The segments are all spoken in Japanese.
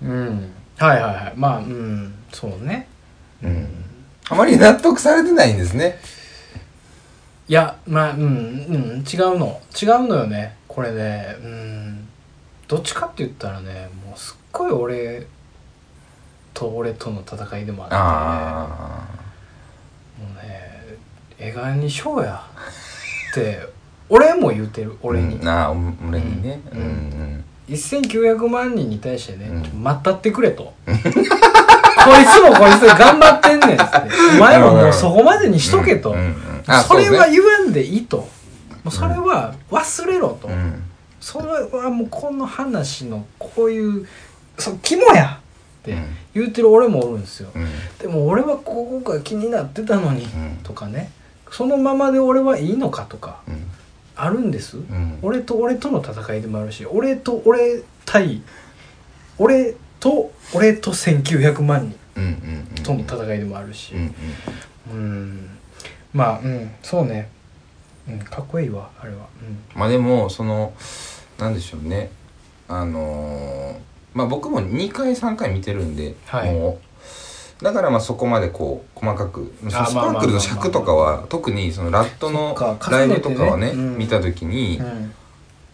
うんはいはいはいまあうんそうねうん。あまり納得されてないんですね。いやまあうんうん違うの違うのよねこれねうんどっちかって言ったらねもうすっごい俺と俺との戦いでもああって、もうね映画にしようやって俺も言うてるあ。俺に、うんああ、お俺にね。ううんんうん。 1900万人に対してね、うんちょ待ったってくれ と。こいつもこいつ頑張ってんねんっつって。お前ももうそこまでにしとけと。うんうんあそれそうはね言わんでいいと。もうそれは忘れろと。うん。それはもうこの話のこういう、そう、肝やって言ってる俺もおるんですよ。うん。でも俺はここが気になってたのにんとかね。そのままで俺はいいのかとかうん。あるんです。うん。俺と俺との戦いでもあるし俺と俺対俺と俺と1900万人うんうんうん。との戦いでもあるしうんうん。うんまあうんそうね、うん、かっこいいわあれはまあでも、その、なんでしょうね。あのー、まあ僕も2回3回見てるんで、はいもう、だからまあそこまでこう細かくスあまあまあまあまあパークルの尺とかは特にそのラットのそっか重ライねブてとねかはねうん見た時にうん、うん、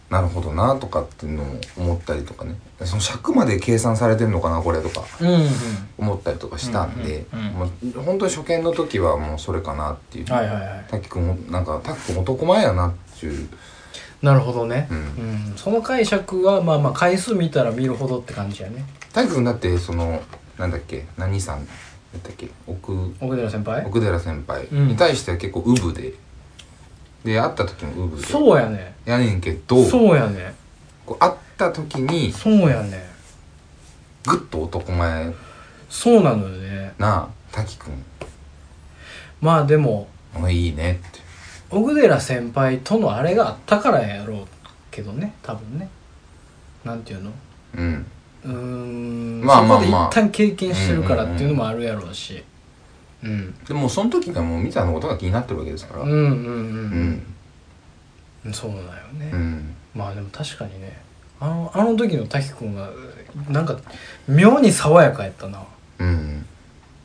なるほどなとかっていうのも思ったりとかねその尺まで計算されてるのかなこれとかうんうん思ったりとかしたんで、うんうんうんもう本当に初見の時はもうそれかなっていう、はいはいはいタキ君もなんかタキ君男前やなっていう、なるほどねう、、うんん、その解釈はまあまあ回数見たら見るほどって感じやねタキ君だってそのなんだっけ何さんだったっけ奥奥寺先輩奥寺先輩うんに対しては結構ウブで、で会った時もウブでそうやねやねんけどそうやねこう会った時にそうやねグッと男前そうなのよねなタキ君まあでもお前いいねって。奥寺先輩とのあれがあったからやろうけどね多分ねなんていうのうんうーんまあまあまあそこで一旦経験してるからっていうのもあるやろうしうんでもその時にはもうみたいなことが気になってるわけですからうんうんううんんうんそうだよね、うんまあでも確かにねあのあの時の滝くんはなんか妙に爽やかやったなうん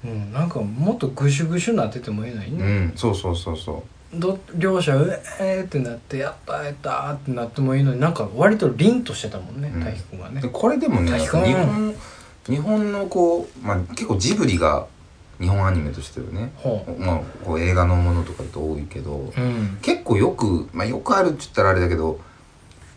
うんなんかもっとぐしゅぐしゅなっててもええのにうね、んそうそうそうそど両者うえーってなってやったやったーってなってもいいのになんか割と凛としてたもんね、うん滝くんはうねでこれでもね確日かに本日本のこう、まあ、結構ジブリが日本アニメとしてはね、ほうまあ、こう映画のものとかって多いけどうん結構よく、まあ、よくあるって言ったらあれだけど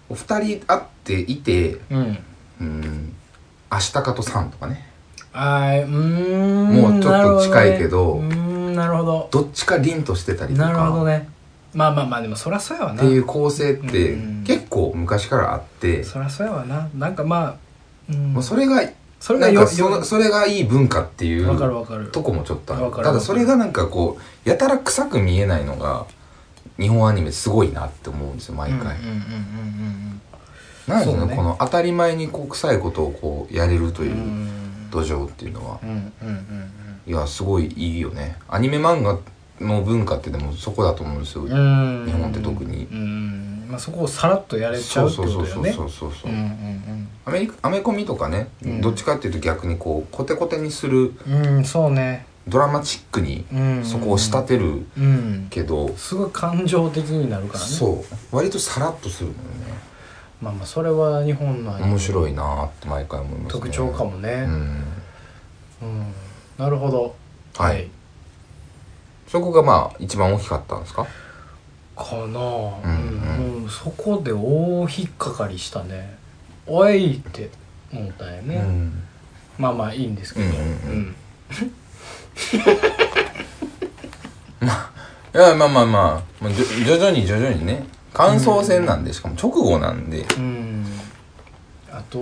お二人会っていてうんうん「アシタカとさん」とかねあーうーんもうちょっと近いけどなるほどどっちか凛としてたねうーりんとなるほどなるほどかねまあまあまあでもそりゃそうやわっなていう構成ってうん結構昔からあって、そりゃそうやわななんかまあ、うん、まあ、それがそれがなんよかそのそれがいい文化っていよわかるうわかるとこもちょっとあわるかるただそれがなんかこうやたら臭く見えないのが日本アニメすごいなって思うんですよ毎回、うんうんうんなんですそねうねこの当たり前にこう臭いことをこうやれるとうんうんうんういんう土壌っていうのはうんうんうんうんいやすごいいいよねアニメ漫画の文化ってでもそこだと思うんですよ、うーん日本って特にうん、まあ、そこをさらっとやれちゃそううってそこうそとうだそようねそうそううんうんアメリカアメコミとかね、うんどっちかっていうと逆にこうコテコテにするうんうんそうね、ドラマチックにうん、そこを仕立てるうんけど、すごい感情的になるからねそう割とさらっとするのよねまあまあそれは日本の面白いなーって毎回思います、ね、特徴かもうねんうん、なるほどはい、そこがまあ一番大きかったんですかかなあうんうんうんそこで大引っかかりしたねおいって思ったんやね、うんまあまあいいんですけどうんうんうんいやまあまあまあもうじょ徐々に徐々にね感想戦なんでしかも直後なんでうん、うんあと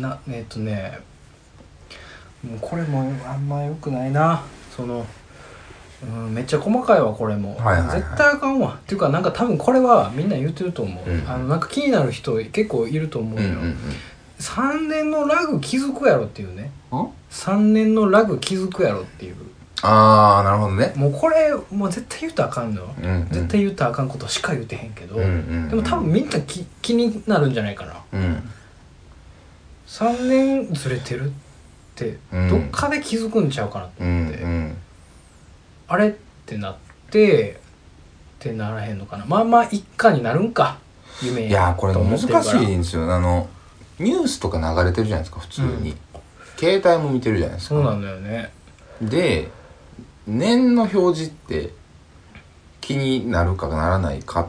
なえっとねもうこれもあんまよくないなその、うん、めっちゃ細かいわこれも、はいはいはい絶対あかんわっていうかなんか多分これはみんな言ってると思う、うんあのなんか気になる人結構いると思ううよ、3年のラグ気づくやろっていうねあ3年のラグ気づくやろっていうあーなるほどねもうこれもう絶対言うたらあかんのよ、うんうん絶対言うたらあかんことしか言うてへんけど、うんうんうんでも多分みんなき気になるんじゃないかなうん3年ずれてるってうんどっかで気づくんちゃうかなって、うんうんあれってなってってならへんのかなまあまあ一家になるんか夢いやーこれと思難ってるからしいんですよあのニュースとか流れてるじゃないですか普通に、携帯も見てるじゃないですかそうなんだよねで年の表示って気になるかならないかっ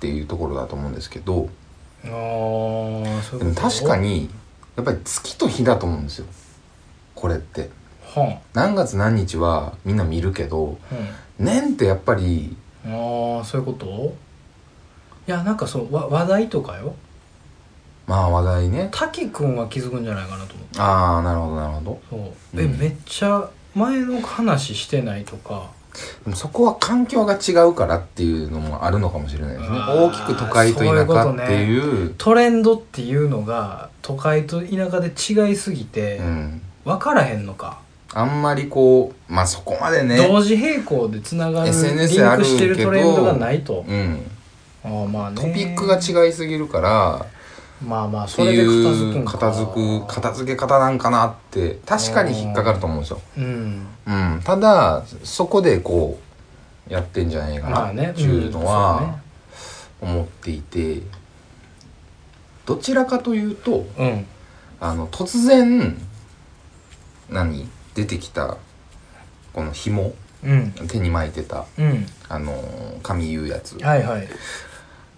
ていうところだと思うんですけどああそうでいもうこと確かにやっぱり月と日だと思うんですよこれっては何月何日はみんな見るけどあ、うん年ってやっぱりああそういうこといやなんかそうわ話題とかよまあ話題ね滝くんは気づくんじゃないかなと思ああなるほどなるほどうそうえ、うんめっちゃ前の話してないとかでもそこは環境が違うからっていうのもあるのかもしれないですねあー大きく都会と田舎っていうトレンドっていうのが都会と田舎で違いすぎてうん、分からへんのか、あんまりこうまあそこまでね同時並行でつながる SNS リンクしてあるるけどトレンドがないとうん、あーまあ、ね、トピックが違いすぎるからまあまあってそれで片付いくんうか片付く片付け方なんかなって確かに引っかかると思うんですよ、うんうん、ただそこでこうやってんじゃないかまあねなっていうのうんは思っていてどちらかというとそうねあの突然何出てきたこの紐うん手に巻いてたうんあのー髪言うやつうんはいはい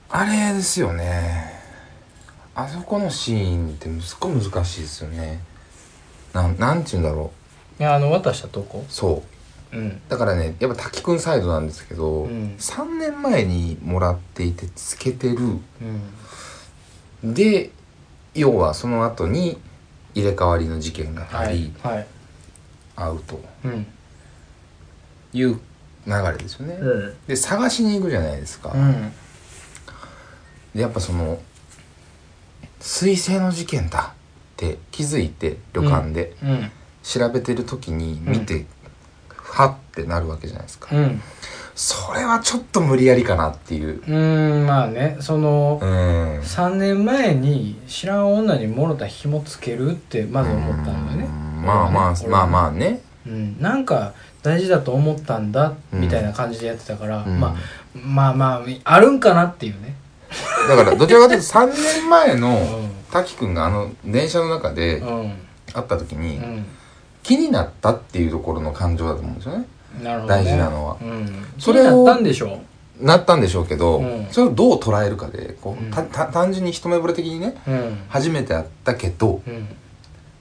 あれですよねあそこのシーンってすっごい難しいですよねなんなんて言うんだろいやあの渡したとこうそううんだからねやっぱ滝くんサイドなんですけど、うん3年前にもらっていてつけてるうんで要はその後に入れ替わりの事件があり、はい会うとうんいう流れですよね、うんで探しに行くじゃないですか、うんでやっぱその彗星の事件だって気づいて旅館でうん調べてる時に見て、はってなるわけじゃないですか、うんそれはちょっと無理やりかなっていううんまあねそのうん3年前に知らん女にもろた紐つけるってまず思ったんだよねうんまあまあ、俺はねまあまあね。うんなんか大事だと思ったんだみたいな感じでやってたからうんまあまあまああるんかなっていうねだから、どちらかというと3年前うのん滝くんがあの電車の中でうん会った時にう気になったっていうところの感情だと思うんですよね。んなるほどね大事なのはうんそそれれをやったんでしょなったんでしょうけどうん、それをどう捉えるかで、こううんたた単純に一目惚れ的にね、うん初めて会ったけど、うん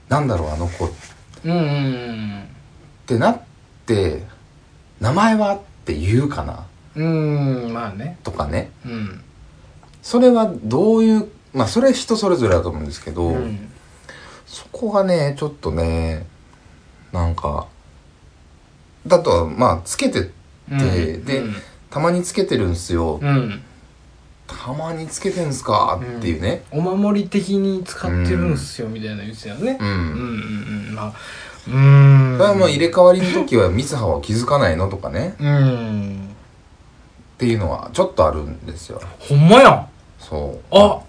なんだろうあの子っうんうんうんてなって、名前はって言うかなうんうんまあねとかね。うんそれはどういう、まあそれは人それぞれだと思うんですけど、うんそこがね、ちょっとね、なんか、だと、まあ、つけて、でうんでたまにつけてるんすよ。うんたまにつけてんすかっていうね。お守り的に使ってるんすよみたいな言ってたよねうん。うんうんうんまあうーんそれはもう入れ替わりの時は、ミスハは気づかないのとかね。うんっていうのは、ちょっとあるんですよ。ほんまやんそう。あ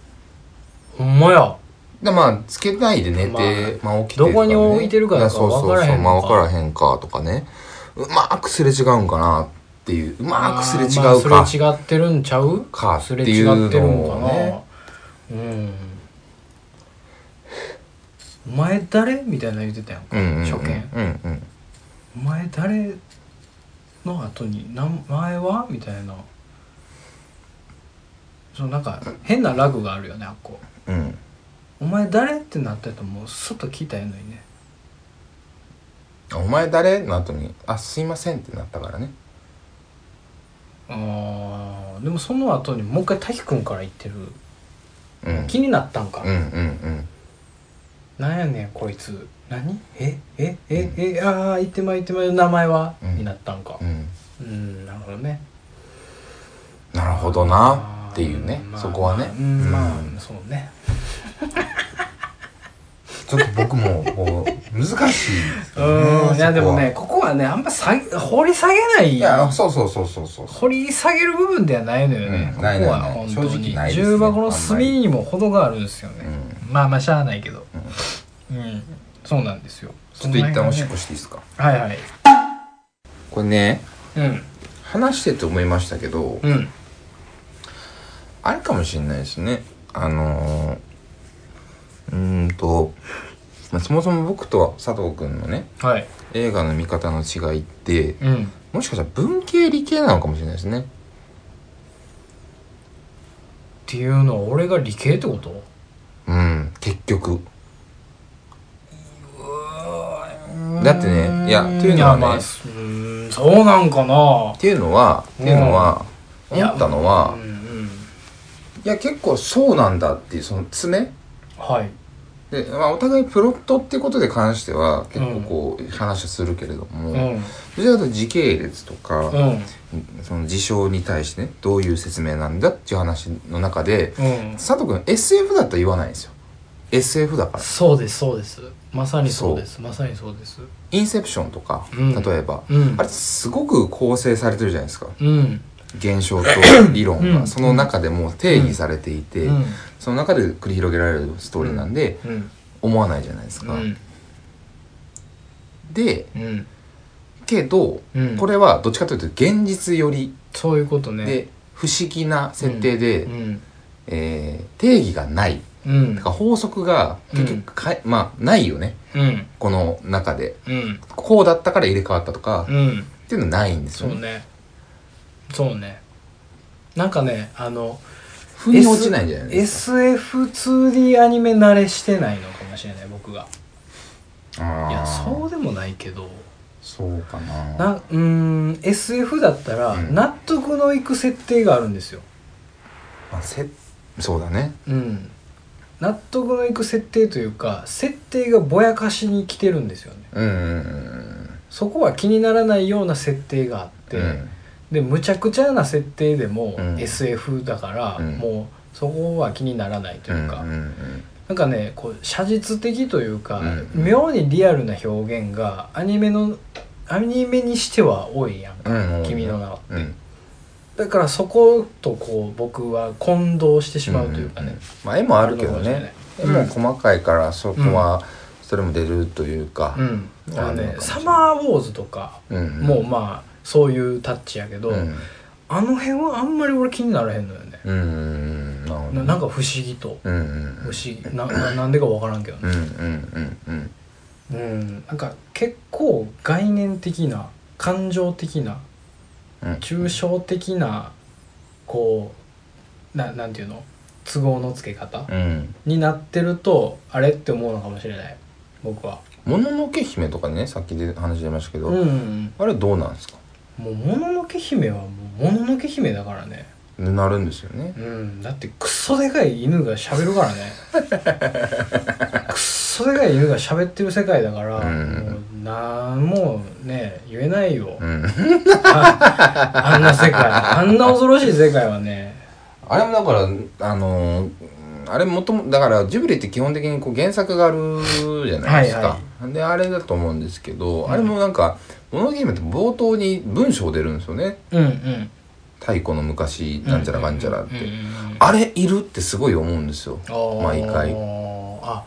ほんまやで、まあ、つけないで寝て、まあ、起きてとか、どね。こに置いてるかいなんやかそうそうわからそへう。んのかまあ、わからへんかとかね。うまくすれ違うんかなっていう。うまくすれ違あうーか。まあすれ違ってるんちゃうかってすれいう違ってるんのかをな、ね。うんお前誰みたいな言ってたやんか、うんうんうん初見うんうん。お前誰の後に名前はみたいなそのなんか変なラグがあるよねあっこうん。お前誰ってなってたらもうそっと聞いたらええのにねあお前誰の後に「あすいません」ってなったからねあーでもその後にもう一回滝くんから言ってる、うんうん気になったんか、うんうんなんやねんこいつ何ええええああ言ってまい言ってまい名前は、うんになったんかうんうんなるほどねなるほどなっていうねまあそこはねまあうんまうんあそうねちょっと僕もこう難しいですうよねんいやでそこはもねここはねあんま下げ掘り下げないいやそうそうそうそうそう掘り下げる部分ではないのよね、うんここないないはない本当正直にないですね重箱の隅にも程があるんですようね、んまあまあしゃあないけど、うんうんそうなんですよちょっと一旦おしっここしていいですかはいはいこれねうん話してて思いましたけどうんあれかもしれないですねあのーうーんと、まあ、そもそも僕と佐藤君のねはい映画の見方の違いってうんもしかしたら文系理系なのかもしれないですねっていうのは俺が理系ってことうん結局だってねいやというのはねまあうーんそうなんかなっていうのはっていうのはうん思ったのはうんうんいや結構そうなんだっていうその爪はいで、まあ、お互いプロットってことで関しては結構こう話はするけれども、ううんそれだと時系列とうか、んその事象に対してねどういう説明なんだっていう話の中でうん佐藤君 SF だったら言わないんですよ SF だからそうですそうですまさにそうですまさにそうですインセプションとか、うん例えば、うんあれすごく構成されてるじゃないですかうん 現象と理論が、うんその中でもう定義されていて、うんその中で繰り広げられるストーリーなんで、うん思わないじゃないですうか、んでうんけど、うんこれはどっちかというと現実寄りそういうことねで不思議な設定で、うんえー定義がないうんだから法則が結局かえまあないよねうんこの中でうんこうだったから入れ替わったとか、っうんていうのないんですそようねねそうねなんかねあの腑に落ちないんじゃないです SF2D アニメ慣れしてないのかもしれない僕がかあーいやそうでもないけどそうかななうーん SF だったらうん納得のいく設定があるんですよまあせそうだねうん納得のいく設定というか設定がぼやかしに来てるんですよねうんうんそこは気にならないような設定があって、うんでむちゃくちゃな設定でもうん SF だから、うんもうそこは気にならないというか、うんうんなんかねこう写実的というか、うん妙にリアルな表現がアニメのアニメにしては多いやんうんうんうん君の名はうんだからそことこう僕は混同してしまうというかんねん、まあ絵もあるけどね絵うんも細かいからそこはそれも出るというかうん、あのね「サマーウォーズ」とかうんもうまあそういうタッチやけど、うんあの辺はあんまり俺気にならへんのよね、うんうんなるほどななんか不思議とうんうん不思議なななんでか分からんけどうねんうんうんうんなんか結構概念的な感情的なうん抽象的なこうななんていうの都合のつけ方うんになってるとあれって思うのかもしれない僕はもののけ姫とかねさっきで話出ましたけど、うんあれどうなんですかもう「もののけ姫」はもう「もののけ姫」だからねなるんですよねうんだってクソでかい犬が喋るから ねクソでかい犬が喋ってる世界だから、うんもうなんもね言えないよ、うんあ あんな世界あんな恐ろしい世界はねあれもだからあのーあれもともだからジブリって基本的にこう原作があるじゃないですか、はであれだと思うんですけど、うんあれもなんか「もののけ姫」って冒頭に文章出るんですよねうんうん太古の昔なんちゃらかんちゃらって、うんうんうんあれいるってすごい思うんですよあ毎回ーあ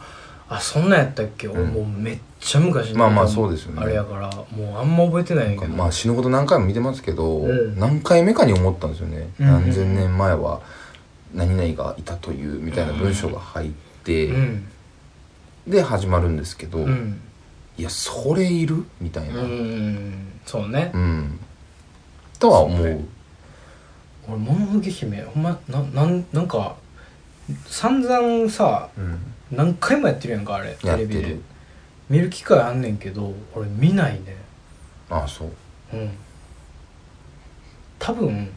あそんなんやったっけ、俺うんもうめっちゃ昔のまあまあそうですよねあれやからもうあんま覚えてないんやけどまあ死ぬほど何回も見てますけど、うん何回目かに思ったんですよね、うんうん何千年前は何々がいたというみたいな文章が入って、うんで始まるんですけど、うんいやそれいるみたいうな、うんんそうね、とは思うう、俺もののけ姫ほんまななんなんか散々さん、何回もやってるやんかあれテやっレてビでる見る機会あんねんけど俺見ないねああそううん多分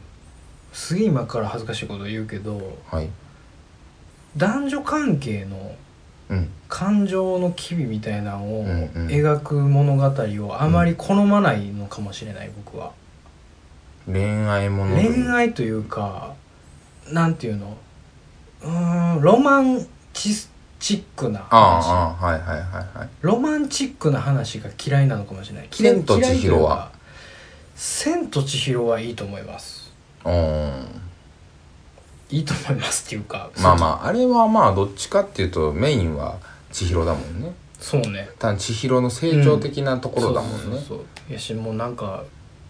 すげえ今から恥ずかしいこと言うけどはい男女関係のうん感情の機微みたいなのをうんうん描く物語をあまり好まないのかもしれない僕は恋愛ものという恋愛というかなんていうのうーんロマンチチックな話ああああはいはいはいはいロマンチックな話が嫌いなのかもしれない千と千尋嫌いとはいうか千と千尋はいいと思いますうーんいいと思いますっていうかまあまああれはまあどっちかっていうとメインは千尋だもんねそうね多分千尋の成長的なところだもんねそうそうそうそうやしもうなんか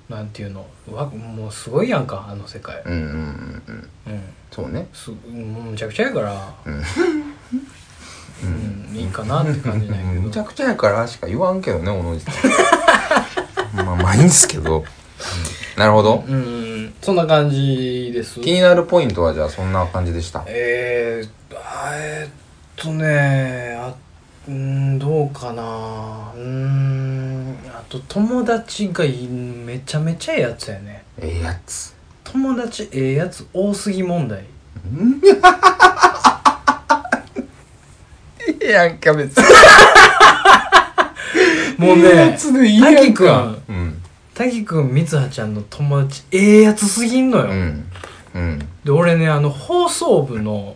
なんていうのうわもうすごいやんかあの世界うんうんうんうんうんそうねすもうむちゃくちゃやからうんうん、いいかなって感じないむけちどゃくちゃやからしか言わんけどねおのじと まあまあいいんですけど、うんなるほどうんそんな感じです気になるポイントはじゃあそんな感じでしたえー、あえーっとねあうんどうかなうんあと友達がいめちゃめちゃええやつやねええやつ友達ええやつ多すぎ問 題いいやんか別もうねでいいやんかうん滝くんみつはちゃんの友達ええやつすぎんのうよ、んうんで俺ねあの放送部の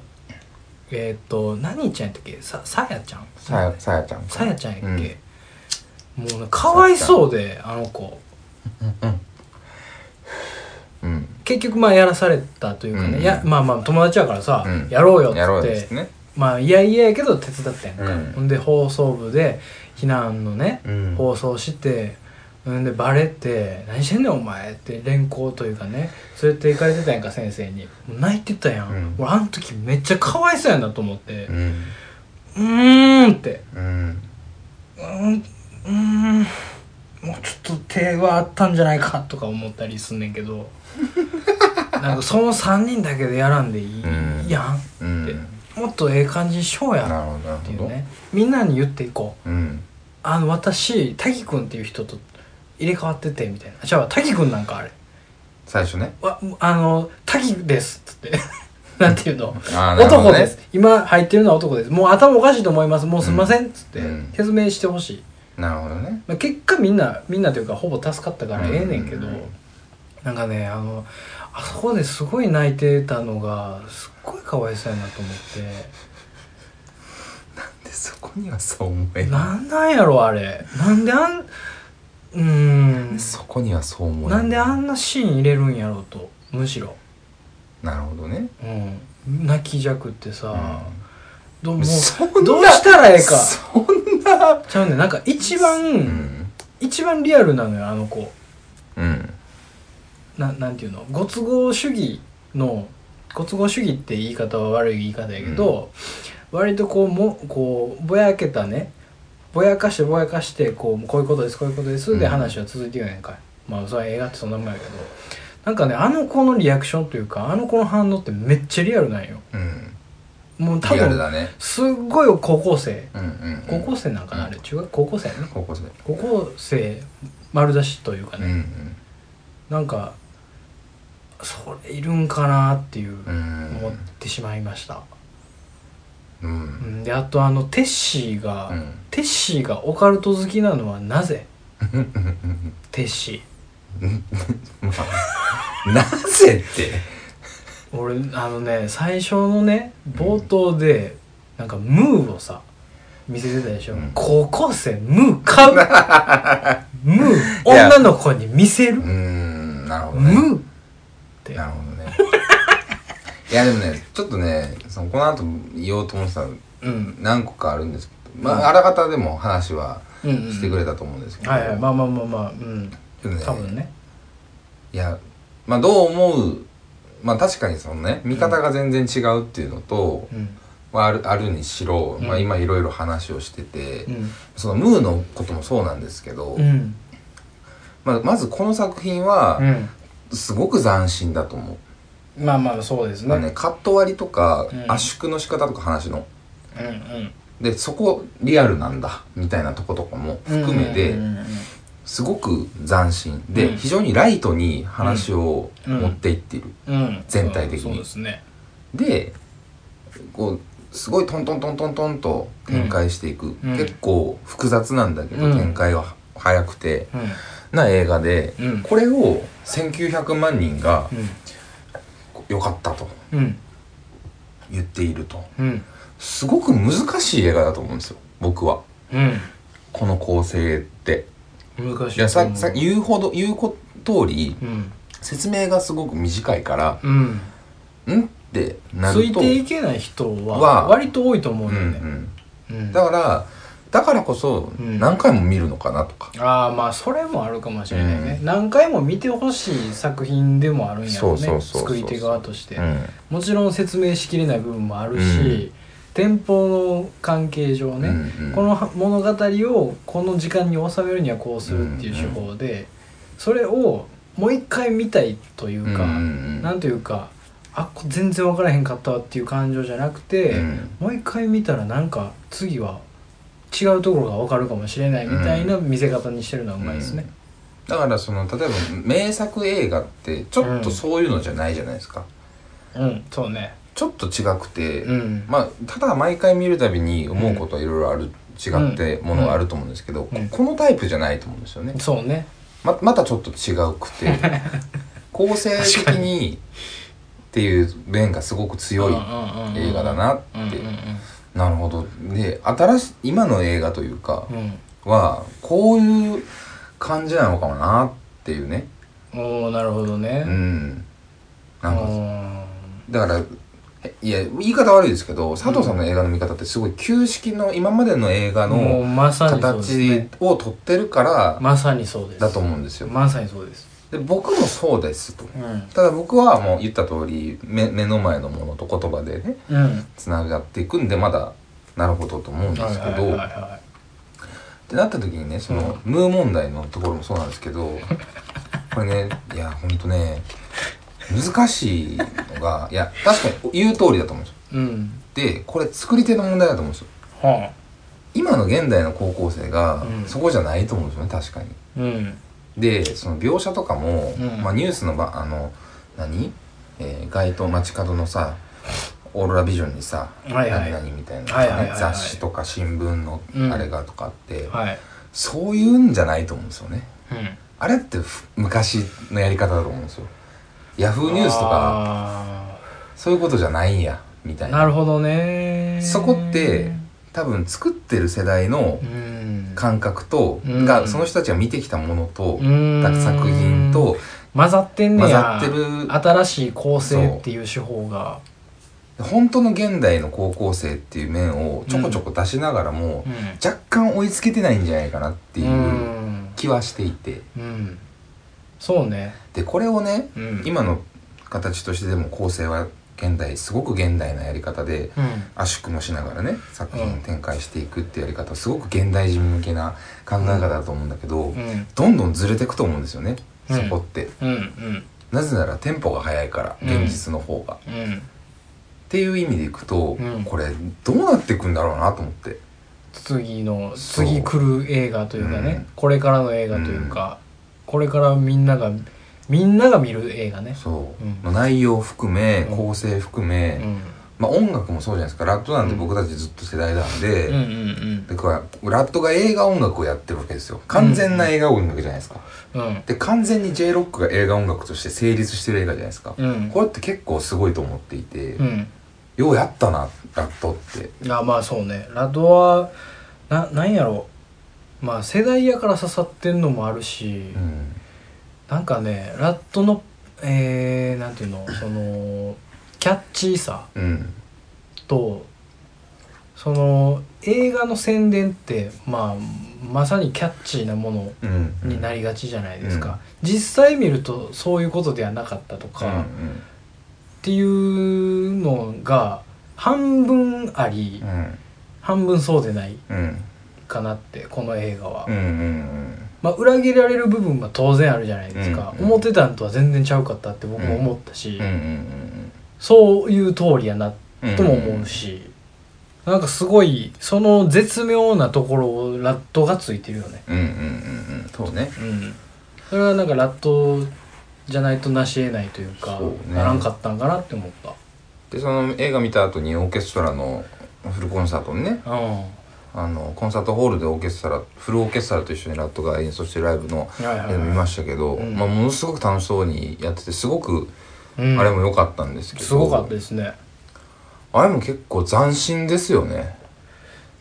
えーっと何ちゃんやったっけささやちゃんさやさやちゃんさやちゃんやっけ、もうねかわいそうであの子うん結局まあやらされたというかね、うんやまあまあ友達やからさ、うんやろうよっつやろうっよてっつってねまあいやいややけど手伝ったやんか、うんほんで放送部で避難のね、うん放送してんでバレて「何してんねんお前」って連行というかね連れて行かれてたやんか先生にもう泣いてたやん、うん俺あの時めっちゃかわいそうやなと思ってう、んうーんってうんうんうーんもうちょっと手はあったんじゃないかとか思ったりすんねんけ どなんかその3人だけでやらんでいいうんやん、うんでもっとええ感じにしようやなるっほどなるてほいうど、ねみんなに言っていこううんあの私滝君っていう人と入れ替わっててみたいなあじゃあ滝君なんかあれ最初ねわあの滝ですっつって なんていうのあーなるほ男どねです、今入ってるのは男ですもう頭おかしいと思いますもうすいませんっつってうん説明してほしい、なるほどねまあ、結果みんなみんなというかほぼ助かったからええねんけど、うんなんかねあのあそこですごい泣いてたのがすっごいかわいそうやなと思っでそこにはそう思えてななんなんやろあれなんであんうーんいそこにはそう思えなんであんんなシーン入れるんやろうとむしろ、なるほどねうん、泣きじゃくってさ、どうもそんうなどうしたらええかそんなちゃうねんなんか一番、うん一番リアルなのよあの子うんななんていうのご都合主義のご都合主義って言い方は悪い言い方やけど、割とこうもこうぼやけたねぼやかしてぼやかしてこうこういうことですこういうことですでうん話は続いていくやんか、まあそれは映画ってそんなもんやけどなんかねあの子のリアクションというかあの子の反応ってめっちゃリアルなんようんもう多リアル分だねすっごい高校生うんうん高校生なんかなあれ中学高校生やね高校生高校生丸出しというかうね、んなんかそれいるんかなっていうう思っんてしまいました、ううんん、であとあのテッシーが、うんテッシーがオカルト好きなのはなぜうんテッシまあなぜってー俺あのね最初のね冒頭で、なんかムーをさ見せてたでしょ、うん高校生ムー買う ムーいや女の子に見せるうんなるほどねムーってなるほどねいやでもねちょっとねそのこの後言おうと思ってたうん何個かあるんですけどまああらかたでも話はうんうんしてくれたと思うんですけど、はいはいまあまあまあまあうんちょっとね多分ねいやまあどう思うまあ確かにそのね見方が全然違うっていうのと、うんまあ、あるあるにしろ、うんまあ、今いろいろ話をしてて、うんそのムーのこともそうなんですけど、うんまあ、まずこの作品はうんすごく斬新だと思う、まあまあそうですまあねね、カット割りとか、うん圧縮の仕方とか話のうんうんでそこリアルなんだみたいなとことかも含めて、うんうんうんすごく斬新で、うん非常にライトに話を持っていっている、うん全体的にそうですねでこうすごいトントントントントンと展開していく、うん結構複雑なんだけど、うん展開が早くてうんな映画で、うんこれを1900万人がう良かったとん言っているとうんすごく難しい映画だと思うんですよ僕はこの構成ってうん難しいいやとさ思うさ言うほど言うこと通りうん説明がすごく短いからうんんってなつるいとていけない人はは割と多いと思ううんんだよねうんうんだからだからこそうん何回も見るのかなとか、ああまあそれもあるかもしれないね、う何回も見てほしい作品でもあるんやろうねそうそうそうそう作り手側として、うんもちろん説明しきれない部分もあるし、うん店舗の関係上ね、うんうんこの物語をこの時間に収めるにはこうするっていう手法で、それをもう一回見たいというか、うんうんなんというかあこ全然分からへんかったわっていう感情じゃなくて、うんもう一回見たらなんか次は違うところが分かるかもしれないみたいな見せ方にしてるのはうまいですね。だからその例えば名作映画ってちょっとそういうのじゃないじゃないですか、うん、そうね。ちょっと違くて、うん。まあただ毎回見るたびに思うことはいろいろある、違ってうんものがあると思うんですけど、うんここのタイプじゃないと思うんですよね、そうね。ままたちょっと違うくて構成的にっていう面がすごく強い映画だなって、うんうんうんなるほどで新しい今の映画というかうんうん。はこういう感じなのかもなっていうねおおなるほどね。うんなんかかだからえいや言い方悪いですけど佐藤さんの映画の見方ってすごい旧式の今までの映画もうのまさにそうです、形ね、を取ってるからまさにそうですだと思うんですよまさにそうですで僕もそうですとうんただ僕はもう言った通り目目の前のものと言葉でねうんつながっていくんでまだなるほどと思うんですけはいはいどはいはってなった時にねその、ムー問題のところもそうなんですけどこれねいやほんとね難しいのがいや確かに言う通りだと思うんですよいうんでこれ作り手の問題だと思うんですよは今の現代の高校生が、うんそこじゃないと思うんですよね確かにあうんでその描写とかも、うんまあ、ニュースのばあの何、えー街頭街角のさオーロラビジョンにさ「はいはい何々」みたいな、はいはいはいはい雑誌とか新聞のうんあれがとかあって、はいそういうんじゃないと思うんですよねうんあれってふ昔のやり方だと思うんですよヤフーニュースとかかそういうことじゃないんやみたいななるほどねそこって多分作ってる世代のうん感覚と、うんがその人たちが見てきたものと、うん作品と混ざってんね混やざってる新しい構成っていう手法が本当の現代の高校生っていう面をちょこちょこ出しながらも、うん若干追いつけてないんじゃないかなっていううん気はしていてうんそうねでこれをねうん今の形としてでも構成は現代すごく現代なやり方でうん圧縮もしながらね作う品ん展開していくっていうやり方はすごく現代人向けな考え方だと思うんだけど、うんどんどんずれてくと思うんですよね、うんそこって。うんうんなぜならテンポが速いからうん現実の方が。うんっていう意味でいくと、うんこれどうなっていくんだろうなと思って次のそう次来る映画というかね、うんこれからの映画というか、これからみんながみんなが見る映画ねそう、うんまあ内容含めうん構成含うめ、んまあ、音楽もそうじゃないですかラットなんてうん僕たちずっと世代なんで,、うんうんうんでこれラットが映画音楽をやってるわけですよ完全な映画音楽じゃないですか、うんで完全に j ロックが映画音楽として成立してる映画じゃないですか、うんこれって結構すごいと思っていて、うんようやったなラットってあまあそうねラドはななんやろうまあ世代やから刺さってんのもあるし、うんなんかねラットのえー、なんていうのそのキャッチーさうんとその映画の宣伝って、まあ、まさにキャッチーなものうんになりがちじゃないですか、うん実際見るとそういうことではなかったとうんか、っていうのが半分あり、うんうん半分そうでないうんかなってこの映画は、うんうんまあ、裏切られる部分は当然あるじゃないですか、うん思ってたんとは全然ちゃうかったって僕も思ったし、うんうんうんそういう通りやなうんとも思うし、なんかすごいその絶妙なところをラットがついてるよねうんうんうんうんそうねうんそれはなんかラットじゃないとなし得ないというかそうねならんかったんかなって思ったでその映画見た後にオーケストラのフルコンサートにねうあのコンサートホールでオーケストラフルオーケストラと一緒にラットが演奏してるライブのんはいはい映像見ましたけど、うんまあ、ものすごく楽しそうにやっててすごくうんあれも良かったんですけど、すごかったですねあれも結構斬新ですよね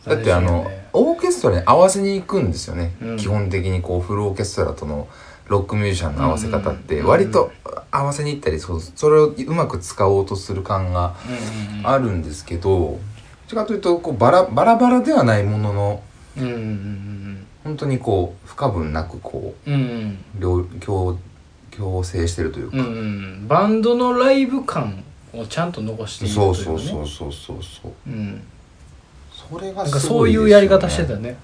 だってあの、斬新よねオーケストラに合わせに行くんですよね、うん基本的にこうフルオーケストラとのロックミュージシャンの合わせ方っうんてうん割と合わせに行ったりそうそれをうまく使おうとする感がうんうんうんあるんですけどどっちかというとこうバラバラバラではないもののうん本当にこう不可分なくこうんう両強強制してるというか、うんうんバンドのライブ感をちゃんと残しているといそううねそうそうそうそうそううんそれながんすかごそういいうですよやねり方してたね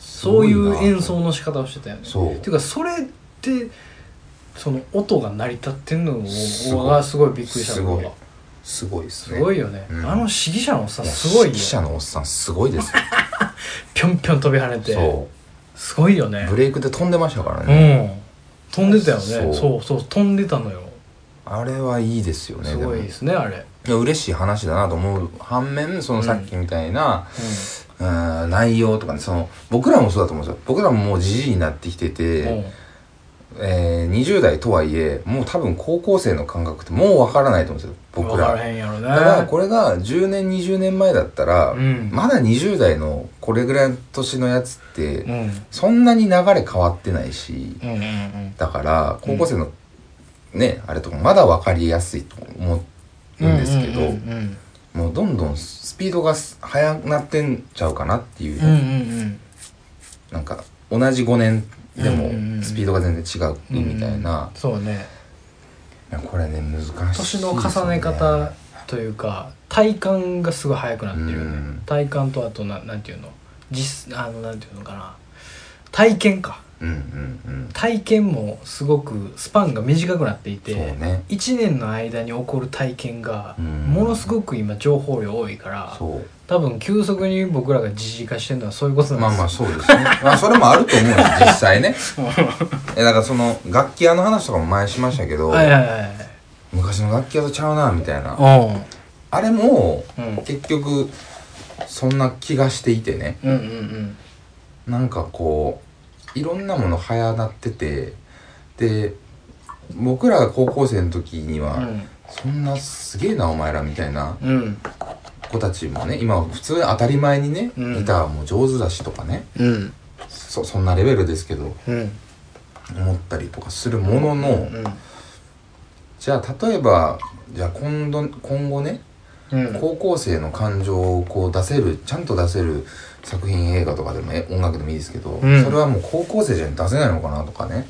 すそごういいなう演奏の仕方をしてたよねそうっていうかそれってその音が成り立ってんのをすごい僕はすごいびっくりしたのがすごいすごいですすねごいよね、うんあの指揮者のさすごいよ指揮者のおっさんすごいですよぴょんぴょん飛び跳ねてそすごいよねうブレイクで飛んでましたからうね、ん飛んでたよねそうそうそう飛んでたのよあれはいいですよねすごいですねあれ、うん、でもいや嬉しい話だなと思う反面そのさっきみたいな、うーん内容とかねその僕らもそうだと思うんですよ僕らももうじじいになってきてて、えー20代とはいえもう多分高校生の感覚ってもうわからないと思うんですようん、僕分かららへんやろねだからこれが10年20年前だったら、うんまだ20代のこれぐらいの年のやつって、うんうんそんなに流れ変わってないしうんうんだから高校生の、ねあれとかまだ分かりやすいと思うんですけど、うんうんもうどんどんスピードが速くなってんちゃうかなっていう、うんうんなんか同じ5年うんでうんうもんスピードが全然違ううんうんみたいな、そうねいやこれね難しいです年ね、の重ね方というか体感がすごい速くなってるよね、うん体感とあとななんていうの実あのなんていうのかな体験かうんうん体験もすごくスパンが短くなっていうんそうて、ね一1年の間に起こる体験がうんものすごく今情報量多いから、そう多分急速に僕らが時事化してるのはそういうことなまあんまあですそ うですね。まあそれもあると思うんです、実際ね。え、だからその楽器屋の話とかも前しましたけど、はいはいはい昔の楽器屋とちゃうな、みたいな。はいあれも、うん結局、そんな気がしていてね。うんうんうんなんかこう、いろんなもの早なってて、で、僕らが高校生の時には、そんなすげえなお前らみたいなうんうん子たちもね今は普通に当たり前にね、うんギターも上手だしとかねうんそそんなレベルですけどうん思ったりとかするものの、じゃあ例えばじゃあ今度今後ね、うん高校生の感情をこう出せるちゃんと出せる作品映画とかでもえ音楽でもいいですけど、んそれはもう高校生じゃ出せないのかなとかね、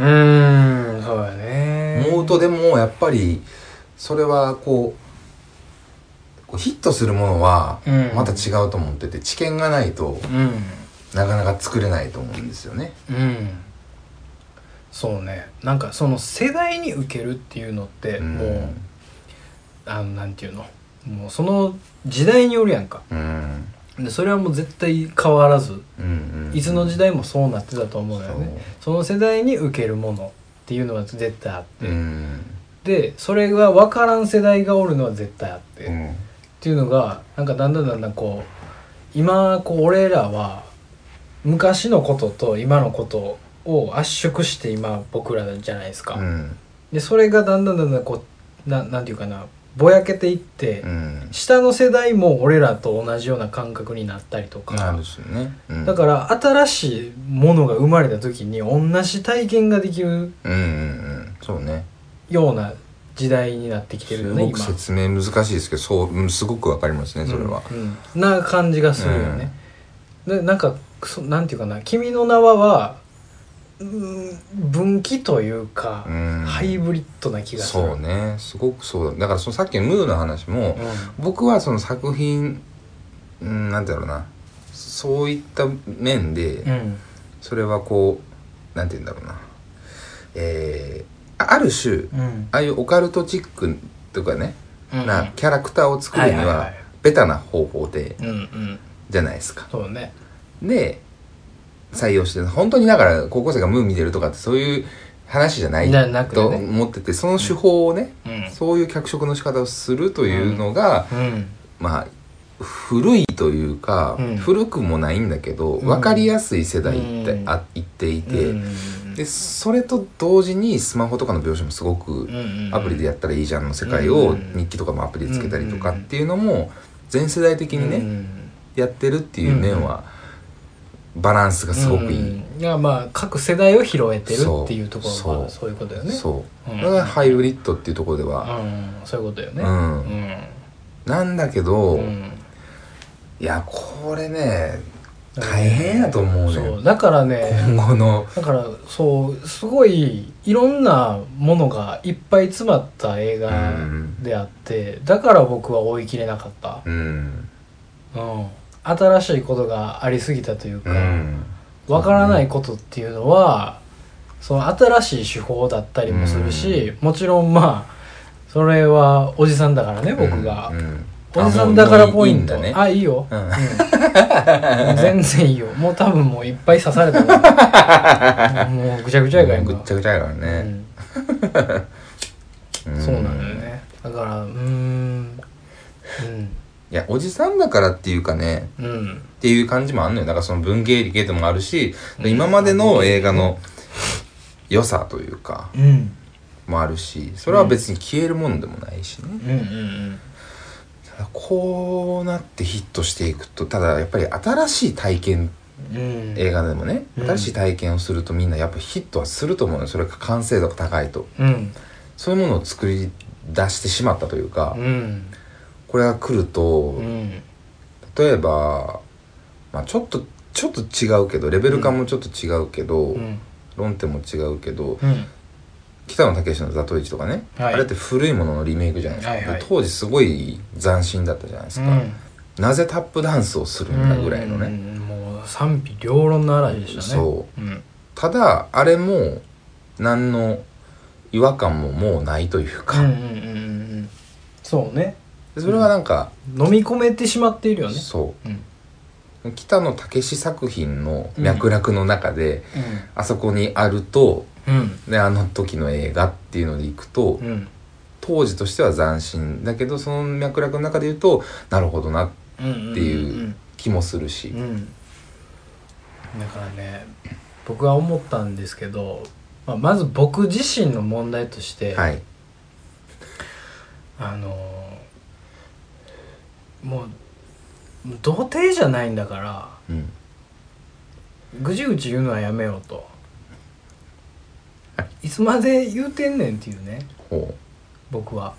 うーんそうだね思うとでもやっぱりそれはこうこうヒットするものはうんまた違うと思ってて、知見がないとうんなかなか作れないと思うんですよね。うんそうねなんかその世代に受けるっていうのってうんもう、あのなんていうのもうその時代によるやんかうんでそれはもう絶対変わらずうんうんいつの時代もそうなってたと思うのよねその世代に受けるものっていうのは絶対あっそて、ううんでそれが分からん世代がおるのは絶対あって、うっんていうのがなんかだんだんだんだんこう今こう俺らは昔のことと今のことを圧縮して今僕らじゃないですか、うんでそれがだんだんだんだんこうななんていうかなぼやけていって、うん下の世代も俺らと同じような感覚になったりとか、なるしね、うんだから新しいものが生まれた時に同じ体験ができるうんうんうんそうねような時代になってきてるすよねご今く説明難しいですけどそううんすごくわかりますねそれは、うんうんな感じがするよね、でなんかそなんていうかな「君の名は」はうん分岐というか、うんハイブリッドな気がするそうねすごくそうだだからそのさっきのムーの話も、僕はその作品うんなんて言うんだろうなそういった面で、うん、うんそれはこうなんて言うんだろうなえー、あある種、うんああいうオカルトチックとかね、うんなキャラクターを作るには,、はいはいはいベタな方法でうんうんじゃないですか。そうねで採用して本当にだから高校生がムー見てるとかってそういう話じゃないじゃなくてとね思っててその手法をね、うんそういう脚色の仕方をするというのが、うんまあ古いというか、うん古くもないんだけどうん分かりやすい世代ってあ言っていて、でそれと同時にスマホとかの描写もすごくアプリでやったらいいじゃんの世界うをん日記とかもアプリでつけたりとかっていうのも全世代的てにね、やってるっていう面はバランスがすごくいい、うんいやまあ各世代を拾えてるそうっていうところがそそうういうことだよねそう、うんだからハイブリッドっていうところでは、うんそういうことだようねんうんなんだけど、うんいやこれね大変やと思うねそんうだからね今後のだからそうすごいいろんなものがいっぱい詰まった映う画んであってだから僕は追い切れなかった、うんうん、新しいことがありすぎたといううか、んわからないことっていうのはその新しい手法だったりもするし、もちろんまあそれはおじさんだからね僕が、うんおじさんだからポイントあもういいんだねあいいよ、うんうん全然いいよもう多分もういっぱい刺され たからもうぐちゃぐちゃやからぐっちゃぐちゃやから今ねうんそうなんだよねだからうーんいやおじさんだからっていうかねうんうんっていう感じもあんのよ。なんかその文芸理系でもあるし、今までの映画の良さというか、うんもあるし、それは別に消えるものでもないしね。うんうんただこうなってヒットしていくと、ただやっぱり新しい体験、うんうん映画でもね、うん新しい体験をするとみんなやっぱヒットはすると思うのよ。それが完成度が高いと。うんそういうものを作り出してしまったというかう、んこれが来るとう、ん例えば、まあちょっと、ちょっと違うけど、レベル感もちょっと違うけど、うん論点も違うけどうん北野武の「ザトウイチ」とかね、はいあれって古いもののリメイクじゃないですか、はいはいで当時すごい斬新だったじゃないですか、なぜタップダンスをするんだぐらいのね、うんうんもう賛否両論の嵐でしたね、そうん、ただあれも何の違和感ももうないといううか、んうんうんうんそうねでそれはなんか、飲み込めてしまっているよねそうんうんう北野武作品の脈絡の中で、あそこにあるとうんであの時の映画っていうのでいくと、うん当時としては斬新だけどその脈絡の中で言うとなるほどなうんっていう気もするし、うんだからね僕は思ったんですけど、まあ、まず僕自身の問題として、はいあのもう童貞じゃないんだからうんぐちぐち言うのはやめようとはいつまで言うてんねんっていうねほ僕は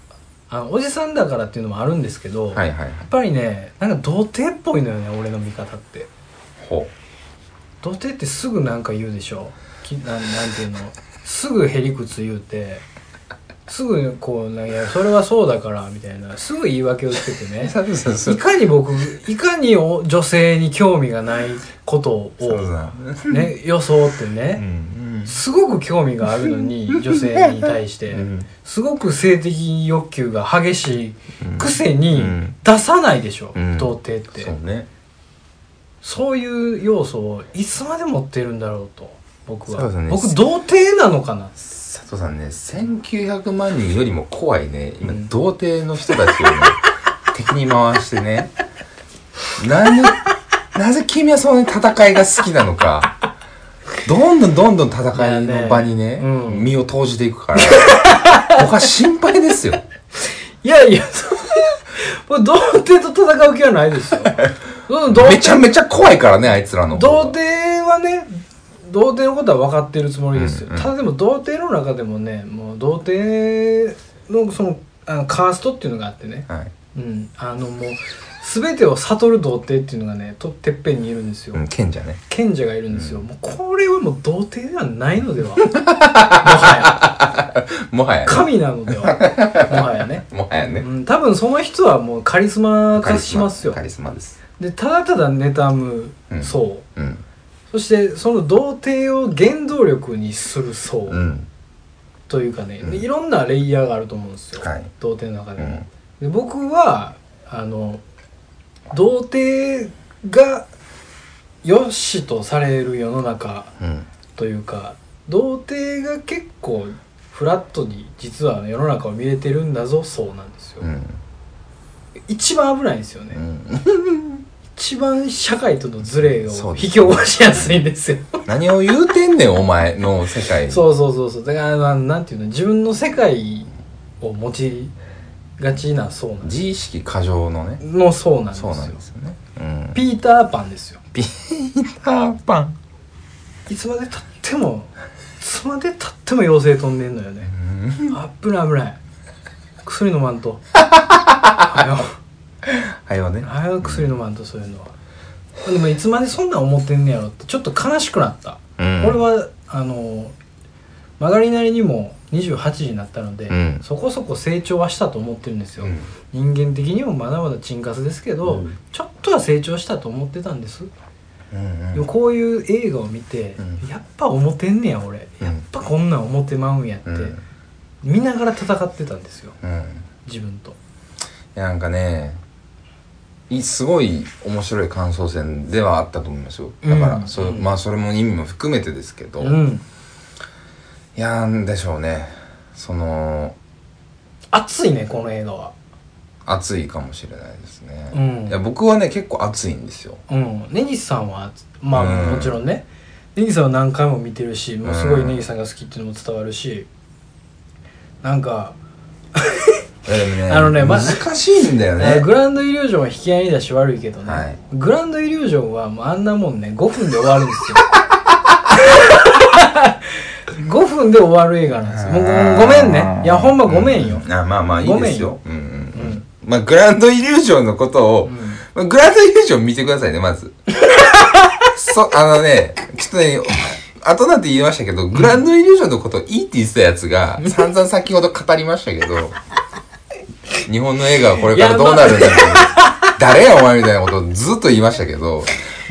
あのおじさんだからっていうのもあるんですけど、うはやいはいはいっぱりねなんか童貞っぽいのよね俺の見方ってほ童貞ってすぐなんか言うでしょきなんなんていうのすぐへりくつ言うてすぐこうなんかいやそれはそうだからみたいなすぐ言い訳をつけてうね佐藤さんそいかに僕いかにお女性に興味がないことを、んね、装ってね、んすごく興味があるの に女性に対して、うんすごく性的欲求が激しいくせにうん出さないでしょ、うん童貞って、そうねそういう要素をいつまで持ってるんだろうと僕そは、うですね僕童貞なのかな佐藤さんね1900万人よりも怖いね今、うん童貞の人た ちをね敵に回してねなんでなぜ君はそんなに戦いが好きなのかどんどんどんどん戦いの場にねいやねうん身を投じていくから僕は心配ですよいやいやそんなもう童貞と戦う気はないです よその童めちゃ貞めちゃ怖いからねあいつらの童貞はね童貞のことは分かってるつもりですよ、うんうんただでも童貞の中でもねもう童貞のそのあのカーストっていうのがあってね、はいうん、あのもう全てを悟る童貞っていうのがねとてっぺんにいるんですよ、うん、賢者ね。賢者がいるんですよ、もうこれはもう童貞ではないので はもはやもはや、ね。神なの ではもはやね、もはやうね。ん、多分その人はもうカリスマカ化リしますよカリスマです。でただただ妬むうん層、うん。そしてその童貞を原動力にする層うん。というかね、うんいろんなレイヤーがあると思うんですよ、はい童貞の中うでも、ん。で僕はあの童貞が良しとされる世の中うん。というか童貞が結構フラットに実は世の中を見れてるんだぞそうなんですよ、うん。一番危ないんですよね、うん一番社会とのズレをそう引できす起こしやすいんです よ何を言うてんねん、お前の世界。そうそうそうそうだからあのなんていうの自分の世界を持ちがちなそうなん自意識過剰のね。のそうなんですそようなんですよね。うん。ピーターパンですよターパン。いつまでたってもいつまでたっても妖精飛んでんのよねうん。あっぶない危ない薬飲ま んとはよはよね。早く薬飲まんとそういうのは、でもいつまでそんなん思ってんねやろってちょっと悲しくなった、うん俺はあの曲がりなりにも28時になったので、うんそこそこ成長はしたと思ってるんですよ、うん人間的にもまだまだ沈活ですけど、うんちょっとは成長したと思ってたんです、うんでもこういう映画を見て、うんやっぱ思ってんねや俺やっうんぱこんなん思ってまうんやって、うん見ながら戦ってたんですようん自分といやなんかねいすごい面白い感想戦ではあったと思いますよだから、うんそううんまあそれも意味も含めてですけど、うんいやなんでしょうねその熱いねこの映画は熱いかもしれないですね、うんいや僕はね結構熱いんですようん根岸さんはまあ、うんもちろんね根岸さんは何回も見てるしもうすごいうん根岸さんが好きっていうのも伝わるしなんか、いやでもねあのねま難しいんだよあねのグランドイリュージョンは引き合いに出し悪いけどね、はいグランドイリュージョンはもうあんなもんね5分で終わるん ですよ5分で終わる映画なんですよもうごごめんねいやほんまごめんよ、うあまあまあいいですようんうんうんうんまあグランドイリュージョンのことを、うんまあグランドイリュージョン見てくださいね まずそあのねちょっとね後なんて言いましたけどグランドイリュージョンのことをいいって言ってたやつが散々先ほど語りましたけ ど日本の映画はこれからどうなるんだろう誰やお前みたいなことをずっと言いましたけど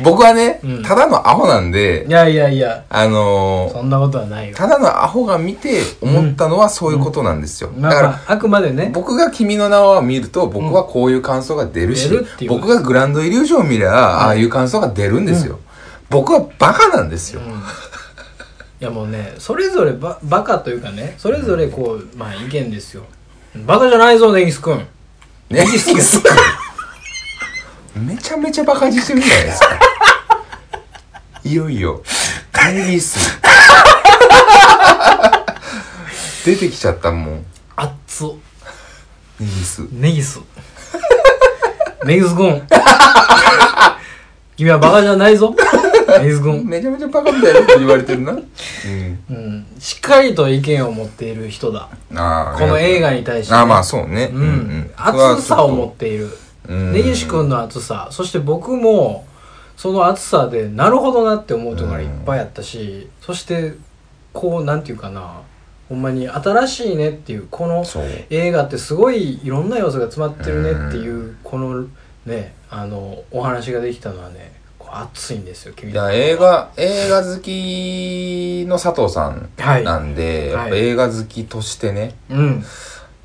僕はね、うんただのアホなんでいやいやいやあのーそんなことはないよただのアホが見て思ったのはそういうことなんですよ。まだあかまら、ああくまでね僕が君の名は見ると、僕はこういう感想が出るし、出るっていう僕がグランドイリュージョンを見れば、ああいう感想が出るんですよ。僕はバカなんですよ。うんいやもうねそれぞればバカというかねそれぞれこうまあ意見ですよバカじゃないぞ根岸君ね、すか めちゃめちゃバカにしてるじゃないで すか。いよいよ、会議室。 出てきちゃったもん、あっつネギス。根 岸根岸君君はバカじゃないぞ根岸君めちゃめちゃバカみたいなこと言われ てるな。うんうんしっかりと意見を持っている人だあーこの映画に対してあーまあそうねうん、熱さを持っているうん根岸君の熱さそして僕もその熱さでなるほどなって思うところがいっぱいあったし、そしてこうなんていうかなほんまに新しいねっていうこのそう映画ってすごいいろんな要素が詰まってるねっていうこのねあのお話ができたのはねこう熱いんですよ君いのや映画映画好きの佐藤さんはいなんで、はいやっぱ映画好きとしてねうん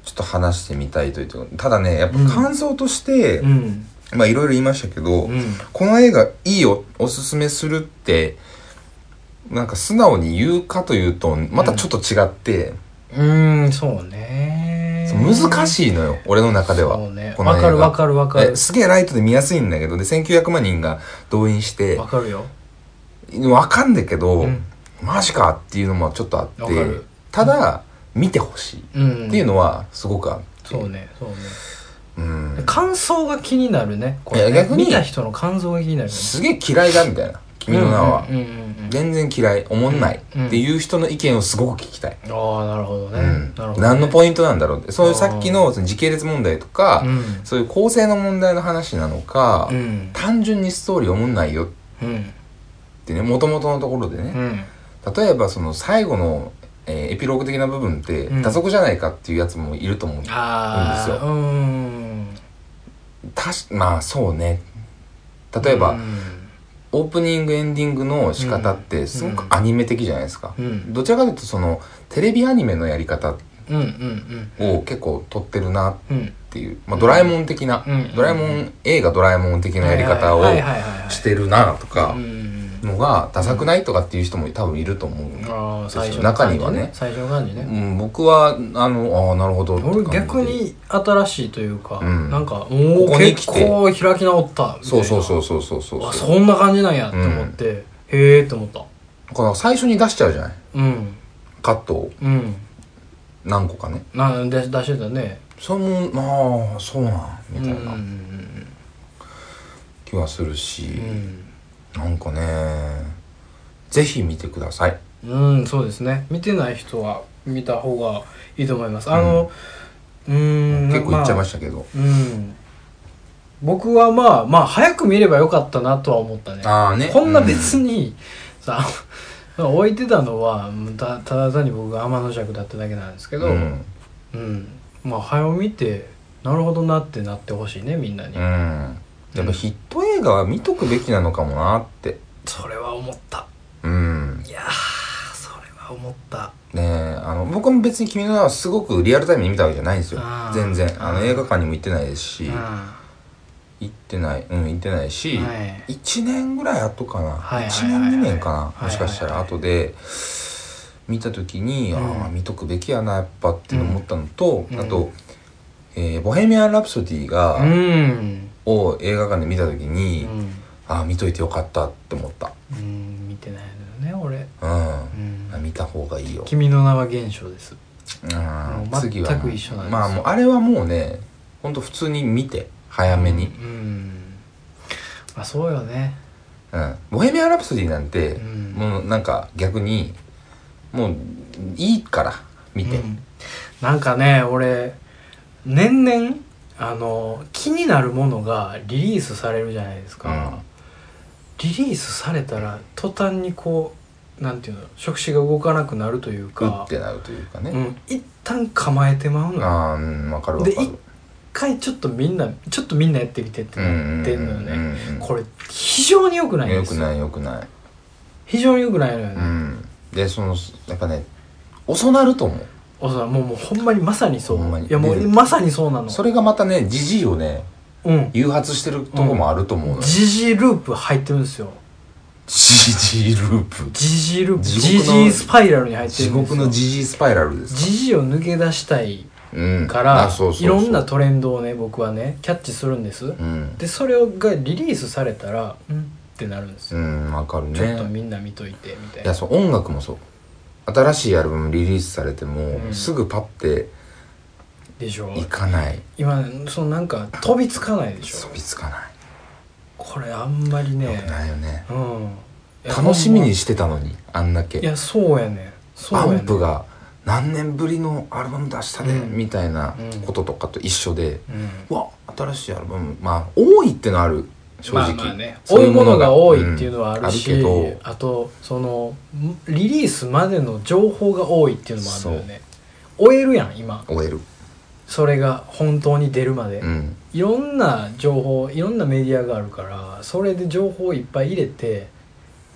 ちょっと話してみたいというとただねやっぱ感想として、うんまあいろいろ言いましたけど、うんこの映画いいよおすすめするってなんか素直に言うかというとまたちょっと違って、うんそうね難いしいのよ俺の中では、そうねこのわ映画かるわかるわかるえすげえライトで見やすいんだけどで1900万人が動員してわかるよわかんだけど、うんマジかっていうのもちょっとあっわてかるただ見てほしいうんっていうのはすごくあってそうねそうねうん感想が気になるねこれねいや逆に見た人の感想が気になるよねすげえ嫌いだみたいな君の名は、うんうんうんうん全然嫌いおもんないうんっていう人の意見をすごく聞きたい、ああなるほどね、うんなるほど、ね、何のインポイントなんだろうってそういうさっきのその時系列問題とか、うんそういう構成の問題の話なのか、うん単純にストーリーおもんないよっうんてねもともとのところでね、うん例えばその最後の、えーエピローグ的な部分ってうん打足じゃないかっていうやつもいると思う、あいいんあですうんたしまあそうね例えば、うんオープニングエンディングの仕方ってすごくアニメ的じゃないですか、うんどちらかというとそのテレビアニメのやり方うんうんを結構取ってるなっうんていう、まあ、ドラえもん的な、うんドラえもん映画ドラえもん的なやり方をはいはいはいはいはいしてるなとうかんのがダサくないとかっていう人も多分いると思う、ああ最初の中にはね感じ最初の感じね、うん、僕はあのああなるほどって感じ俺で逆に新しいというか、うんなんかおおここに来結て構開き直ったみたいなそうそうそうそうそうそうあそんな感じなんやって思って、へえって思ったこの最初に出しちゃうじゃないうんカットをうん何個かねなんで出してたねそれもまあそうなんみうたんいな気はするし、なんかねぜひ見てくださいうん、うん、そうですね見てない人は見た方がいいと思いますあのうん結構言っちゃいまししたけど、た、まあうん僕はまあまあ早く見ればよかったなとは思ったねああねこんな別にさ、 置いてたのはたただ単に僕が天の尺だっただけなんですけうんど、ううんんまあ早を見てなるほどなってなってほしいねみんなに、うんやっぱヒット映画は見とくべきなのかもなってそれは思ったうんいやーそれは思ったねえあの僕も別に君の名はすごくリアルタイムに見たわけじゃないんですよあー全然ああのー映画館にも行ってないですしうん行ってないうん行ってないし、はい1年ぐらい後かな、はい1はいはい年2年かな、はいもしかしたらはいはい後で見た時に、うんああ見とくべきやなやっぱっていうの思ったのと、うんあと、えーボヘミアン・ラプソディ」が、うん、を映画館で見た時うに、んああ見といてよかったって思ったうん、見てないのよね俺、うん、うんあ見た方がいいよ、君の名は現象ですあもあう次は全く一緒なんですよまあもうあれはもうねほんと普通に見て早めに、うんまあそうよねうんボヘミアン・ラプソディなんて、うんもうなんか逆にもういいから見て、うんなんかね俺年々あの気になるものがリリースされるじゃないですか、リリースされたら途端にこうなんていうの触手が動かなくなるといううん、うかってなるというかうね、ん、一旦構えてまうのよああうんわかるわかるでい一回ちょっとみんなちょっとみんなやってみてってなってんのよね、これ非常に良くないんよですくよないよくない、非常に良くないのようね、ん、でそのやっぱね遅なると思うおそらくもうもうほんまにまさにそうほんまにいやもうでまさにそうなのそれがまたねじじいをねうん誘発してるとこもあると思うのよジジイループ入ってるんですよじじいループジジイループ地ジ獄のジイスパイラルに入って地るんですよ獄のじじいスパイラルですジジイを抜け出したいうんからあそうそういそうろんなトレンドをね僕はねキャッチするんです、うんでそれがリリースされたらうんってなるんですうよ、んわかるねちょっとみんな見といてみたいいやなそう音楽もそう新しいアルバムリリースされても、うんすぐパッてでしょいかない今そのなんか飛びつかないでしょ飛びつかなこれあんまりい、ねないよねうんいや楽しみにほんしてたのにあんだけまいやそうやねそうバやねンプが何年ぶりのアルバム出したで、うんみたいなうんこととかと一緒で、うんうわ新しいアルバムまあ多いってのある正直、まあまあね、そ追ううものが多いっていうのはあるし、うんあとそのリリースまでの情報が多いっていうのもあるんだよね追えるやん今けど終える、それが本当に出るまで、うん、いろんな情報いろんなメディアがあるからそれで情報をいっぱい入れて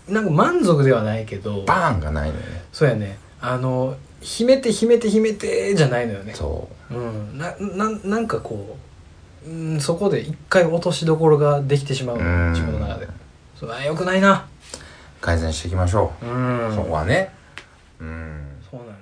なんか満足ではないけどバーンがないのよねそうやねあの秘めて秘めて秘めてじゃないのよねそうんなななんかこう、うん、そこで一回落としどころができてしまうううのん自分の中でそれはよくないな改善していきましょうう、んそこはねうんそうなのよ